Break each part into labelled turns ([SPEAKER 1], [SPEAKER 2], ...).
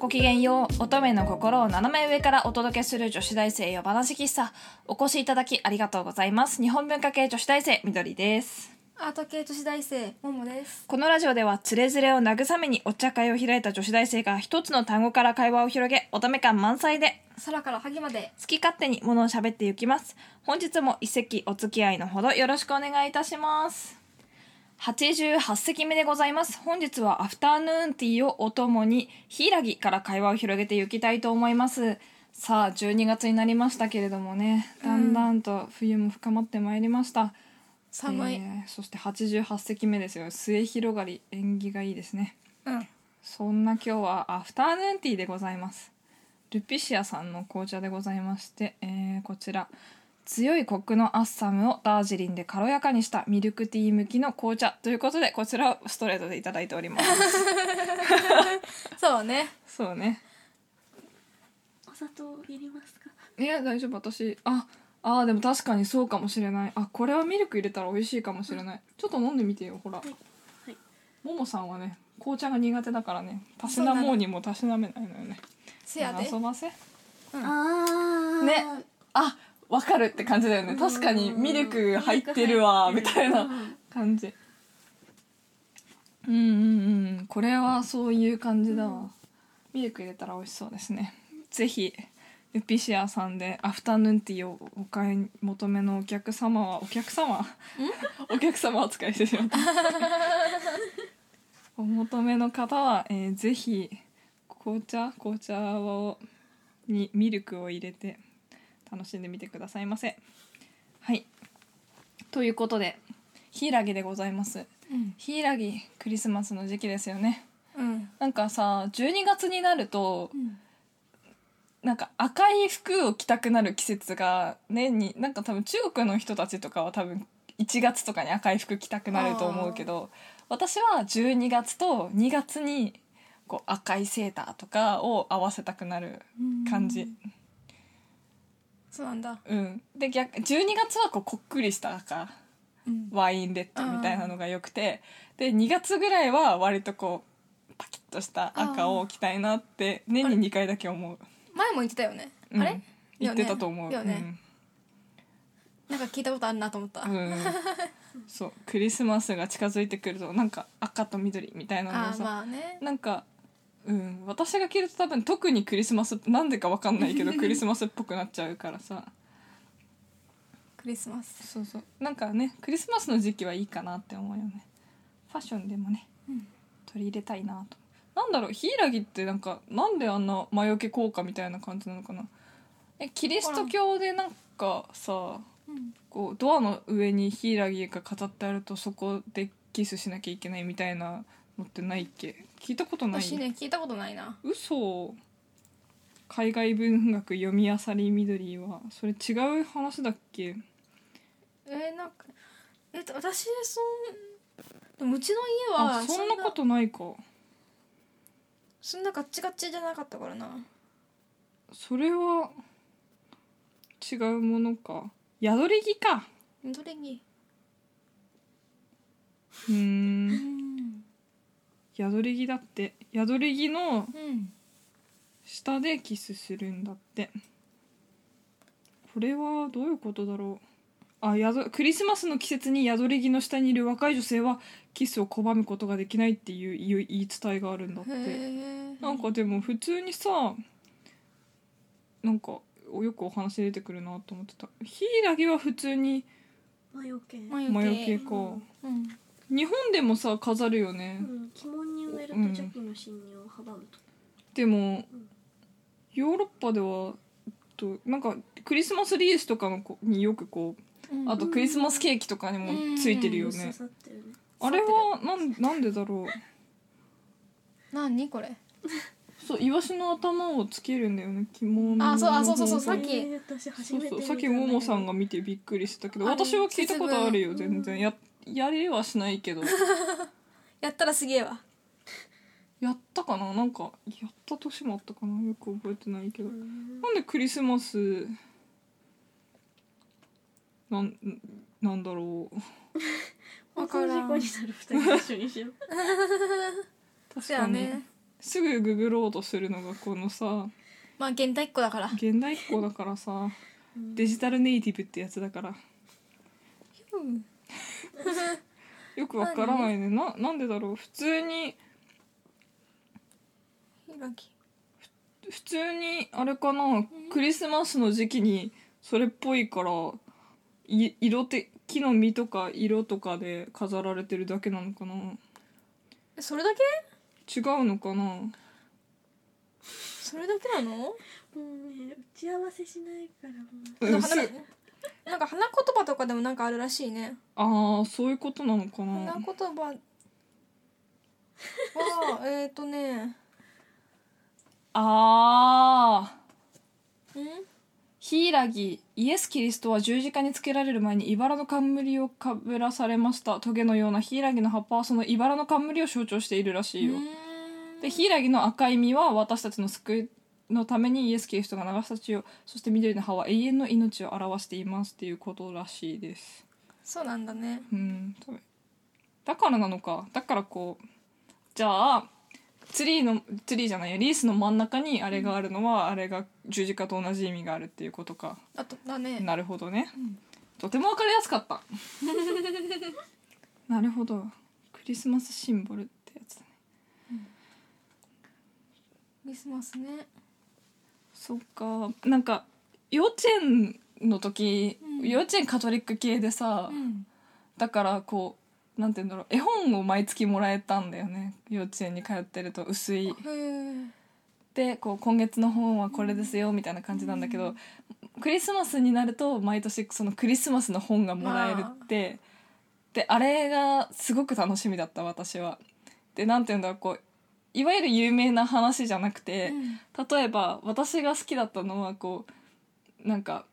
[SPEAKER 1] ごきげんよう乙女の心を斜め上からお届けする女子大生よ話喫茶お越しいただきありがとうございます日本文化系女子大生みどりです
[SPEAKER 2] アート系女子大生ももです
[SPEAKER 1] このラジオではつれづれを慰めにお茶会を開いた女子大生が一つの単語から会話を広げ乙女感満載で
[SPEAKER 2] 空から萩まで
[SPEAKER 1] 好き勝手にものを喋っていきます本日も一席お付き合いのほどよろしくお願いいたします88席目でございます本日はアフターヌーンティーをお供に柊から会話を広げていきたいと思いますさあ12月になりましたけれどもねだんだんと冬も深まってまいりました、
[SPEAKER 2] 寒い、
[SPEAKER 1] えーそして88席目ですよ末広がり縁起がいいですね
[SPEAKER 2] うん
[SPEAKER 1] そんな今日はアフターヌーンティーでございますルピシアさんの紅茶でございまして、えーこちら強いコクのアッサムをダージリンで軽やかにしたミルクティー向きの紅茶ということでこちらをストレートでいただいております
[SPEAKER 2] そうね
[SPEAKER 1] そうね
[SPEAKER 2] お砂糖いりますか
[SPEAKER 1] いや大丈夫私ああーでも確かにそうかもしれないあこれはミルク入れたら美味しいかもしれないちょっと飲んでみてよほら、
[SPEAKER 2] いはい
[SPEAKER 1] ももさんはね紅茶が苦手だからねたし
[SPEAKER 2] そうな
[SPEAKER 1] な
[SPEAKER 2] の
[SPEAKER 1] もうにもたしなめないのよね
[SPEAKER 2] せやで
[SPEAKER 1] 遊ばせ
[SPEAKER 3] ああ
[SPEAKER 1] ねあわかるって感じだよね確かにミルク入ってるわみたいな感じうんうんうんこれはそういう感じだわ、ミルク入れたら美味しそうですねぜひルピシアさんでアフタヌーンティーをお買い求めのお客様はお客様お客様扱いしてしま ったお求めの方は、えーぜひ紅茶紅茶をにミルクを入れて楽しんでみてくださいませはいということで柊でございます
[SPEAKER 2] うん
[SPEAKER 1] 柊クリスマスの時期ですよね
[SPEAKER 2] うん
[SPEAKER 1] なんかさ12月になると
[SPEAKER 2] うん
[SPEAKER 1] なんか赤い服を着たくなる季節が年になんか多分中国の人たちとかは多分1月とかに赤い服着たくなると思うけど私は12月と2月にこう赤いセーターとかを合わせたくなる感じ。
[SPEAKER 2] そうなんだ
[SPEAKER 1] うん、で逆12月はこうこっくりした赤
[SPEAKER 2] うん
[SPEAKER 1] ワインレッドみたいなのが良くてで2月ぐらいは割とこうパキッとした赤を着たいなって年に2回だけ思う
[SPEAKER 2] 前も言ってたよね、
[SPEAKER 1] うん
[SPEAKER 2] あれ
[SPEAKER 1] 言ってたと思う
[SPEAKER 2] よねよねなんか聞いたことあるなと思った、
[SPEAKER 1] うん、うん そうクリスマスが近づいてくるとなんか赤と緑みたいなの
[SPEAKER 2] あ
[SPEAKER 1] が
[SPEAKER 2] ー
[SPEAKER 1] さ、
[SPEAKER 2] まあね
[SPEAKER 1] なんかうん私が着ると多分特にクリスマスなんでかわかんないけどクリスマスっぽくなっちゃうからさ
[SPEAKER 2] クリスマス
[SPEAKER 1] そうそうなんかねクリスマスの時期はいいかなって思うよねファッションでもね、
[SPEAKER 2] うん
[SPEAKER 1] 取り入れたいなとなんだろう柊ってなんかなんであんな魔除け効果みたいな感じなのかなえキリスト教でなんかさ
[SPEAKER 2] うん
[SPEAKER 1] こうドアの上に柊が飾ってあるとそこでキスしなきゃいけないみたいなのってないっけ聞いたことない
[SPEAKER 2] 私ね聞いたことないな
[SPEAKER 1] 嘘海外文学読みあさり緑はそれ違う話だっけ
[SPEAKER 2] えー、なんかえっと私そんでもうちの家
[SPEAKER 1] あ
[SPEAKER 2] は
[SPEAKER 1] そんなことないか
[SPEAKER 2] そんなガッチガチじゃなかったからな
[SPEAKER 1] それは違うものか宿り着か
[SPEAKER 2] どれに
[SPEAKER 1] うー
[SPEAKER 2] うんん
[SPEAKER 1] 宿り着だって宿り着の
[SPEAKER 2] うん
[SPEAKER 1] 下でキスするんだってこれはどういうことだろうあ宿クリスマスの季節に宿り着の下にいる若い女性はキスを拒むことができないっていう言い言い伝えがあるんだっ
[SPEAKER 2] へ
[SPEAKER 1] て
[SPEAKER 2] え
[SPEAKER 1] なんかでも普通にさなんかよくお話出てくるなと思ってた柊は普通に
[SPEAKER 3] 魔除け、
[SPEAKER 2] 魔除
[SPEAKER 1] 魔除
[SPEAKER 2] け
[SPEAKER 1] けか、
[SPEAKER 2] うん
[SPEAKER 1] 日本でもさ飾るよね、
[SPEAKER 3] うん、鬼門に埋めると邪気の侵入を阻むと、
[SPEAKER 1] でも
[SPEAKER 3] うん
[SPEAKER 1] ヨーロッパではとなんかクリスマスリースとかのこによくこうあとクリスマスケーキとかにもついてるよ
[SPEAKER 3] 刺
[SPEAKER 1] ね、
[SPEAKER 3] さってるね
[SPEAKER 1] あれはなんなんでだろう
[SPEAKER 2] 何これ
[SPEAKER 1] そうイワシの頭をつけるんだよね着物
[SPEAKER 2] あそうあそうそうそう
[SPEAKER 1] の
[SPEAKER 2] さっき
[SPEAKER 3] えー私初
[SPEAKER 1] そう
[SPEAKER 3] めて
[SPEAKER 1] そう
[SPEAKER 3] 見た
[SPEAKER 1] さっ
[SPEAKER 3] だ
[SPEAKER 1] き
[SPEAKER 3] けど
[SPEAKER 1] ももさんが見てびっくりしたけど
[SPEAKER 2] あれ
[SPEAKER 1] 私は聞いたことあるよ
[SPEAKER 3] 節分
[SPEAKER 1] 全然ややれはしないけど
[SPEAKER 2] やったらすげえわ
[SPEAKER 1] やったかななんかやった年もあったかなよく覚えてないけど
[SPEAKER 3] うん
[SPEAKER 1] なんでクリスマスなんなんだろう
[SPEAKER 2] わからん
[SPEAKER 3] 放送事故になる二人一緒にしよう
[SPEAKER 1] 確
[SPEAKER 2] そうやね
[SPEAKER 1] すぐググろうとするのがこのさ
[SPEAKER 2] まあ現代っ子だから
[SPEAKER 1] 現代っ子だからさデジタルネイティブってやつだからよくわからないねななんでだろう普通に
[SPEAKER 2] ひらき
[SPEAKER 1] 普通にあれかなクリスマスの時期にそれっぽいからい色て木の実とか色とかで飾られてるだけなのかな
[SPEAKER 2] えそれだけ
[SPEAKER 1] 違うのかな
[SPEAKER 2] それだけなの
[SPEAKER 3] もうね打ち合わせしないからもう
[SPEAKER 2] なんか
[SPEAKER 1] 薄
[SPEAKER 2] 花
[SPEAKER 1] い
[SPEAKER 2] なんか花言葉とかでもなんかあるらしいね
[SPEAKER 1] ああそういうことなのか
[SPEAKER 2] 花
[SPEAKER 1] な
[SPEAKER 2] 言葉はえっとね
[SPEAKER 1] ああ
[SPEAKER 2] うん
[SPEAKER 1] ヒイラギイエス・キリストは十字架につけられる前に茨の冠をかぶらされましたトゲのようなヒイラギの葉っぱはその茨の冠を象徴しているらしいよ、でヒイラギの赤い実は私たちの救いのためにイエス・キリストが流した血をそして緑の葉は永遠の命を表していますっていうことらしいです
[SPEAKER 2] そうなんだね
[SPEAKER 1] うん多分だからなのかだからこうじゃあツリーのツリーじゃないやリースの真ん中にあれがあるのは、あれが十字架と同じ意味があるっていうことか
[SPEAKER 2] あとだね
[SPEAKER 1] なるほどね、とても分かりやすかった なるほどクリスマスシンボルってやつだね
[SPEAKER 2] クリスマスね
[SPEAKER 1] そっかなんか幼稚園の時、
[SPEAKER 2] うん
[SPEAKER 1] 幼稚園カトリック系でさ、
[SPEAKER 2] うん
[SPEAKER 1] だからこうなんて言うんだろう絵本を毎月もらえたんだよね幼稚園に通ってると薄い
[SPEAKER 2] へえ
[SPEAKER 1] でこう今月の本はこれですよみたいな感じなんだけど、クリスマスになると毎年そのクリスマスの本がもらえるって、であれがすごく楽しみだった私は。でなんて言うんだろうこういわゆる有名な話じゃなくて、例えば私が好きだったのはこうなんか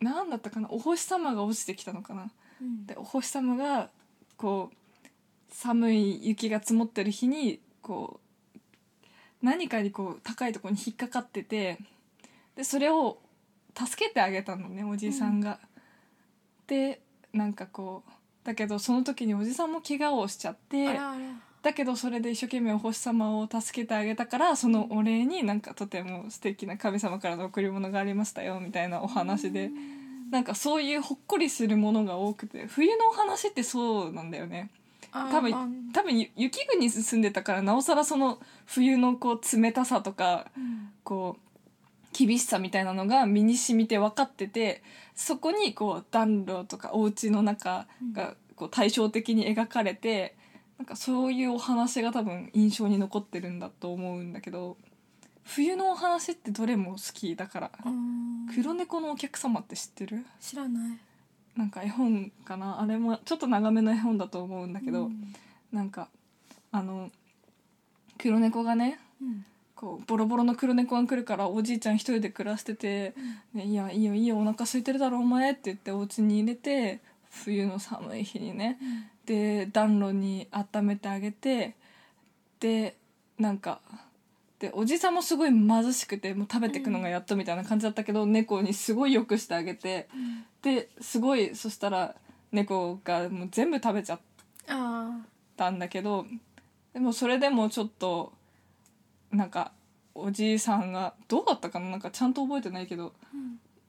[SPEAKER 1] なんだったかなお星様が落ちてきたのかな。
[SPEAKER 2] うん
[SPEAKER 1] でお星様がこう寒い雪が積もってる日にこう何かにこう高いところに引っかかっててでそれを助けてあげたのねおじいさんが。でなんかこうだけどその時におじさんも怪我をしちゃって。
[SPEAKER 2] あらあら
[SPEAKER 1] だけどそれで一生懸命お星様を助けてあげたからそのお礼になんかとても素敵な神様からの贈り物がありましたよみたいなお話でなんかそういうほっこりするものが多くて冬のお話ってそうなんだよね
[SPEAKER 2] あ
[SPEAKER 1] 多
[SPEAKER 2] あ
[SPEAKER 1] 分多分ゆ雪国に住んでたからなおさらその冬のこう冷たさとか
[SPEAKER 2] うん
[SPEAKER 1] こう厳しさみたいなのが身に染みて分かっててそこにこう暖炉とかお家の中がこう対照的に描かれてなんかそういうお話が多分印象に残ってるんだと思うんだけど冬のお話ってどれも好きだから
[SPEAKER 2] うん
[SPEAKER 1] 黒猫のお客様って知ってる
[SPEAKER 2] 知らない
[SPEAKER 1] なんか絵本かなあれもちょっと長めの絵本だと思うんだけど、
[SPEAKER 2] うん
[SPEAKER 1] なんかあの黒猫がね
[SPEAKER 2] うん
[SPEAKER 1] こうボロボロの黒猫が来るからおじいちゃん一人で暮らしてて「ね、いやいいよいいよお腹空いてるだろお前」って言ってお家に入れて冬の寒い日にねで暖炉に温めてあげてでなんかでおじさんもすごい貧しくてもう食べてくのがやっとみたいな感じだったけど、猫にすごい良くしてあげてですごいそしたら猫がもう全部食べちゃって。
[SPEAKER 2] あ
[SPEAKER 1] ったんだけどでもそれでもちょっとなんかおじいさんがどうだったかななんかちゃんと覚えてないけど、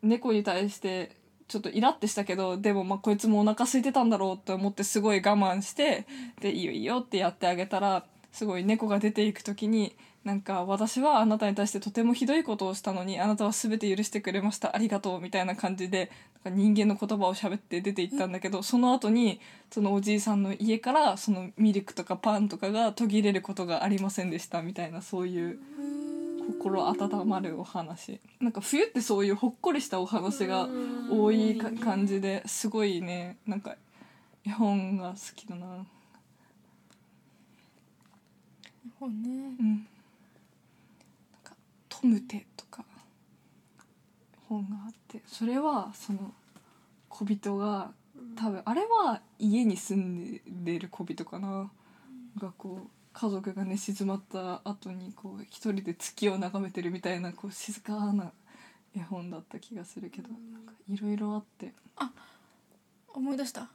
[SPEAKER 1] 猫に対してちょっとイラってしたけどでもまあこいつもお腹空いてたんだろうって思ってすごい我慢してでいいよいいよってやってあげたらすごい猫が出ていく時になんか私はあなたに対してとてもひどいことをしたのにあなたは全て許してくれましたありがとうみたいな感じでなんか人間の言葉を喋って出て行ったんだけどその後にそのおじいさんの家からそのミルクとかパンとかが途切れることがありませんでしたみたいなそういう心温まるお話なんか冬ってそういうほっこりしたお話が多いか感じですごいねなんか絵本が好きだな
[SPEAKER 2] あ日本ね
[SPEAKER 1] うんなんか「トムテ」とか本があってそれはその小人が多分あれは家に住んでる小人かながこう家族がね静まった後にこう一人で月を眺めてるみたいなこう静かな絵本だった気がするけどなんかいろいろあって
[SPEAKER 2] 思い出した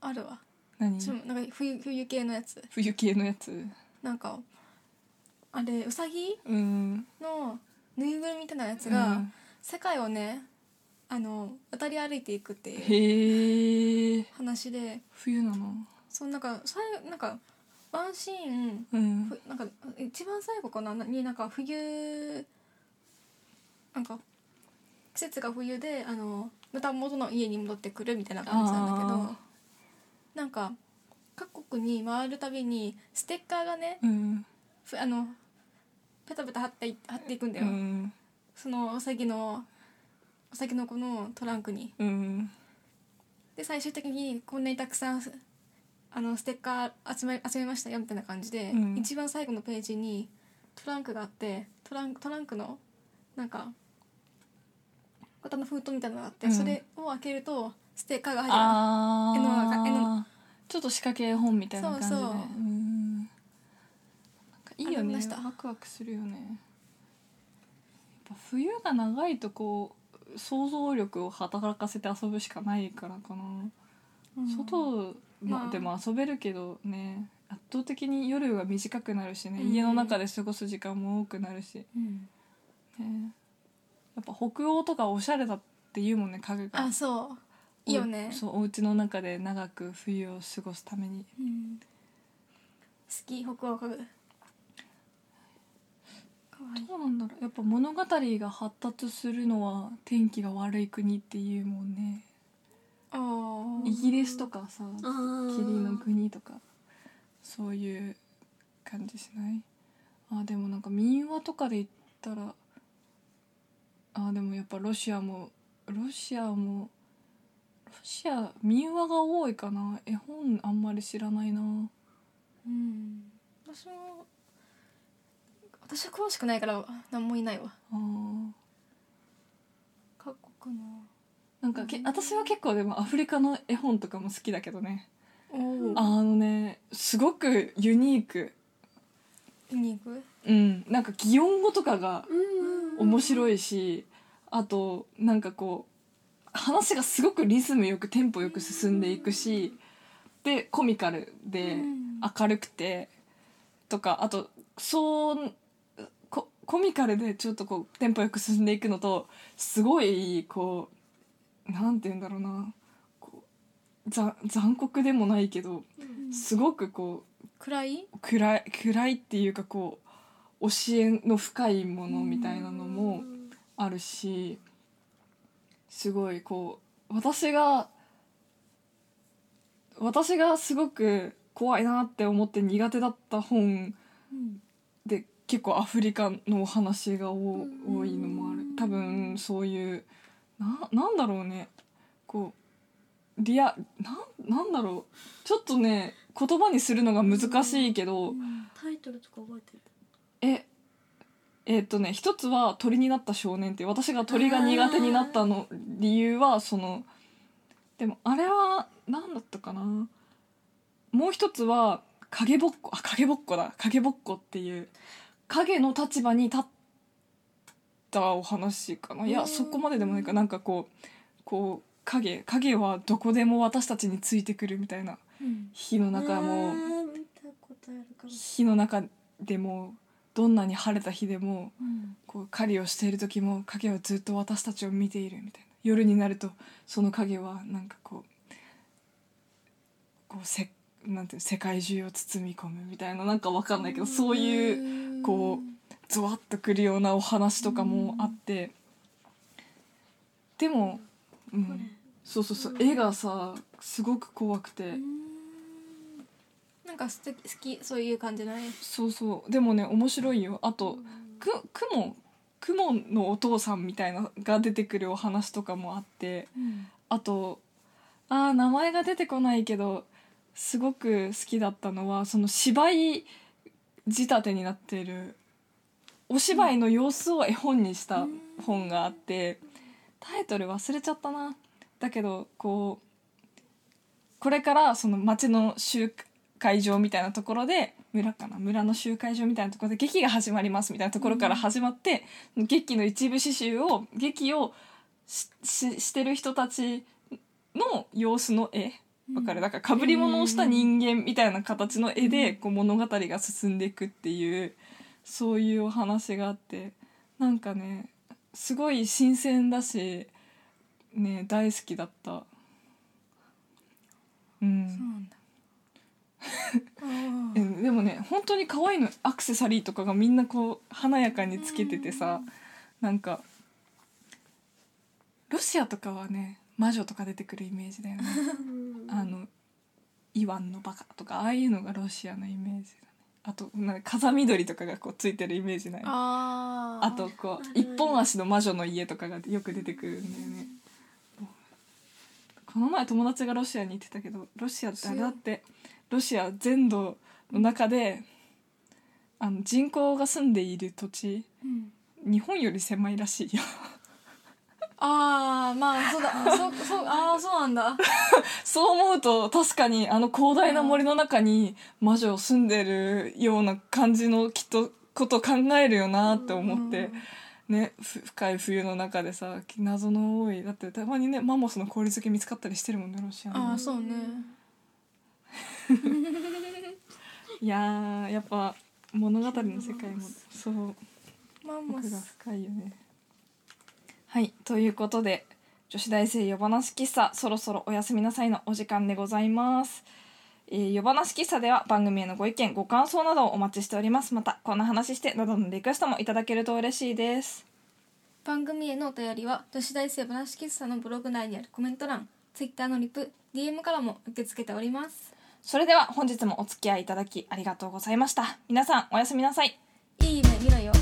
[SPEAKER 2] あるわ
[SPEAKER 1] 何
[SPEAKER 2] それもなんか冬冬系のやつ
[SPEAKER 1] 冬系のやつ
[SPEAKER 2] なんかあれうさぎ
[SPEAKER 1] うん
[SPEAKER 2] のぬいぐるみみたいなやつ
[SPEAKER 1] う
[SPEAKER 2] が
[SPEAKER 1] ん
[SPEAKER 2] 世界をねあの渡り歩いていくっていう
[SPEAKER 1] へえ
[SPEAKER 2] 話で
[SPEAKER 1] 冬なの
[SPEAKER 2] そのなんか最後なんかワンシーン
[SPEAKER 1] うん
[SPEAKER 2] ふなんか一番最後かななになんか冬なんか季節が冬であのまた元の家に戻ってくるみたいな感じなんだけど
[SPEAKER 1] あ
[SPEAKER 2] なんか各国に回るたびにステッカーがね
[SPEAKER 1] うん
[SPEAKER 2] ふあのペタペタ貼ってい貼っていくんだ
[SPEAKER 1] う
[SPEAKER 2] よ、
[SPEAKER 1] ん
[SPEAKER 2] そのお先のお先の子のトランクに
[SPEAKER 1] うん
[SPEAKER 2] で最終的にこんなにたくさんあのステッカー集め集めましたよみたいな感じで、
[SPEAKER 1] うん
[SPEAKER 2] 一番最後のページにトランクがあってトラントランクのなんか型の封筒みたいなのがあって、
[SPEAKER 1] うん
[SPEAKER 2] それを開けるとステッカーが入ってるの
[SPEAKER 1] あ
[SPEAKER 2] 絵の中絵の
[SPEAKER 1] あちょっと仕掛け絵本みたいな感じで
[SPEAKER 2] そうそう
[SPEAKER 1] うんなんかいい
[SPEAKER 2] あ
[SPEAKER 1] よ
[SPEAKER 2] り
[SPEAKER 1] ね
[SPEAKER 2] ました
[SPEAKER 1] ワクワクするよねやっぱ冬が長いとこう想像力を働かせて遊ぶしかないからかな、外、ま
[SPEAKER 2] まあ
[SPEAKER 1] でも遊べるけどね圧倒的に夜が短くなるしね、
[SPEAKER 2] うん
[SPEAKER 1] 家の中で過ごす時間も多くなるし、
[SPEAKER 2] うん
[SPEAKER 1] ね、やっぱ北欧とかおしゃれだっていうもんね家具が
[SPEAKER 2] あそういいよね
[SPEAKER 1] おそうお家の中で長く冬を過ごすために
[SPEAKER 2] うん好き北欧家具かわいい
[SPEAKER 1] どうなんだろうやっぱ物語が発達するのは天気が悪い国っていうもんね
[SPEAKER 2] あー
[SPEAKER 1] イギリスとかさ
[SPEAKER 3] あー
[SPEAKER 1] 霧の国とかそういう感じしないあーでもなんか民話とかで言ったらあーでもやっぱロシアもロシアもロシア民話が多いかな絵本あんまり知らないな
[SPEAKER 2] うん私も私は詳しくないから何もいないわ
[SPEAKER 1] あー
[SPEAKER 2] 各国の
[SPEAKER 1] なんかけ私は結構でもアフリカの絵本とかも好きだけどね
[SPEAKER 2] お
[SPEAKER 1] あのねすごくユニーク
[SPEAKER 2] に行く
[SPEAKER 1] うんなんか擬音語とかが
[SPEAKER 3] うん
[SPEAKER 1] 面白いしあとなんかこう話がすごくリズムよくテンポよく進んでいくしでコミカルで
[SPEAKER 2] うん
[SPEAKER 1] 明るくてとかあとそうココミカルでちょっとこうテンポよく進んでいくのとすごいこうなんて言うんだろうなこうざ残酷でもないけど
[SPEAKER 3] うん
[SPEAKER 1] すごくこう
[SPEAKER 2] 暗い
[SPEAKER 1] 暗い暗いっていうかこう教えの深いものみたいなのもあるしすごいこう私が私がすごく怖いなって思って苦手だった本
[SPEAKER 2] うん
[SPEAKER 1] で結構アフリカのお話がお
[SPEAKER 3] うん
[SPEAKER 1] 多いのもある多分そういうななんだろうねこうリアなんなんだろうちょっとね言葉にするのが難しいけど、
[SPEAKER 3] タイトルとか覚えてる
[SPEAKER 1] ええっとね一つは鳥になった少年って私が鳥が苦手になったの理由はそのでもあれは何だったかなもう一つは影ぼっこあ影ぼっこだ影ぼっこっていう影の立場に立ったお話かないやそこまででもないかなんかこうこう影影はどこでも私たちについてくるみたいな火の中も。
[SPEAKER 3] あー見たことあるかも
[SPEAKER 1] 火の中でもどんなに晴れた日でもこう狩りをしている時も影はずっと私たちを見ているみたいな夜になるとその影はなんかこうこうせなんていうの世界中を包み込むみたいななんかわかんないけどそういう
[SPEAKER 2] う
[SPEAKER 1] こうゾワッとくるようなお話とかもあってでも、う
[SPEAKER 3] これ
[SPEAKER 1] ん、そうそうそう絵がさすごく怖くて。
[SPEAKER 2] なんかすて好きそういう感じのね
[SPEAKER 1] そうそうでもね面白いよあとく雲雲のお父さんみたいなのが出てくるお話とかもあってあとあー名前が出てこないけどすごく好きだったのはその芝居仕立てになっているお芝居の様子を絵本にした本があってタイトル忘れちゃったなだけどこうこれからその町の集会場みたいなところで村かな村の集会場みたいなところで劇が始まりますみたいなところから始まって、劇の一部始終を劇をしししてる人たちの様子の絵わかるだから被り物をした人間みたいな形の絵でこう物語が進んでいくっていうそういうお話があってなんかねすごい新鮮だしね大好きだったう
[SPEAKER 2] そうん なんだあ
[SPEAKER 1] え
[SPEAKER 2] ー
[SPEAKER 1] でもね本当に可愛いのアクセサリーとかがみんなこう華やかにつけててさなんかロシアとかはね魔女とか出てくるイメージだよね
[SPEAKER 3] うん
[SPEAKER 1] あのイワンのバカとかああいうのがロシアのイメージだねあとなんか風緑とかがこうついてるイメージない
[SPEAKER 2] あー
[SPEAKER 1] あとこう一本足の魔女の家とかがよく出てくるんだよねこの前友達がロシアに行ってたけどロシアってあれだってロシア全土の中であの人口が住んでいる土地
[SPEAKER 2] うん
[SPEAKER 1] 日本より狭いらしいよ
[SPEAKER 2] ああまあそうだそうそうああそうなんだ
[SPEAKER 1] そう思うと確かにあの広大な森の中に魔女を住んでるような感じのきっとこと考えるよなって思って。ね、ふ深い冬の中でさ謎の多いだってたまにねマンモスの氷漬け見つかったりしてるもんねロシア
[SPEAKER 2] あ
[SPEAKER 1] の
[SPEAKER 2] あそうね
[SPEAKER 1] いやーやっぱ物語の世界もそう
[SPEAKER 2] マンモ
[SPEAKER 1] 奥が
[SPEAKER 2] ス
[SPEAKER 1] 深いよねはいということで女子大生夜話喫茶そろそろおやすみなさいのお時間でございます、えー、夜話喫茶では番組へのご意見ご感想などをお待ちしておりますまたこんな話してなどのリクエストもいただけると嬉しいです
[SPEAKER 2] 番組へのお便りは女子大生話喫茶のブログ内にあるコメント欄ツイッターのリプ DM からも受け付けております
[SPEAKER 1] それでは本日もお付き合いいただきありがとうございました皆さんおやすみなさい
[SPEAKER 2] いい夢見ろよ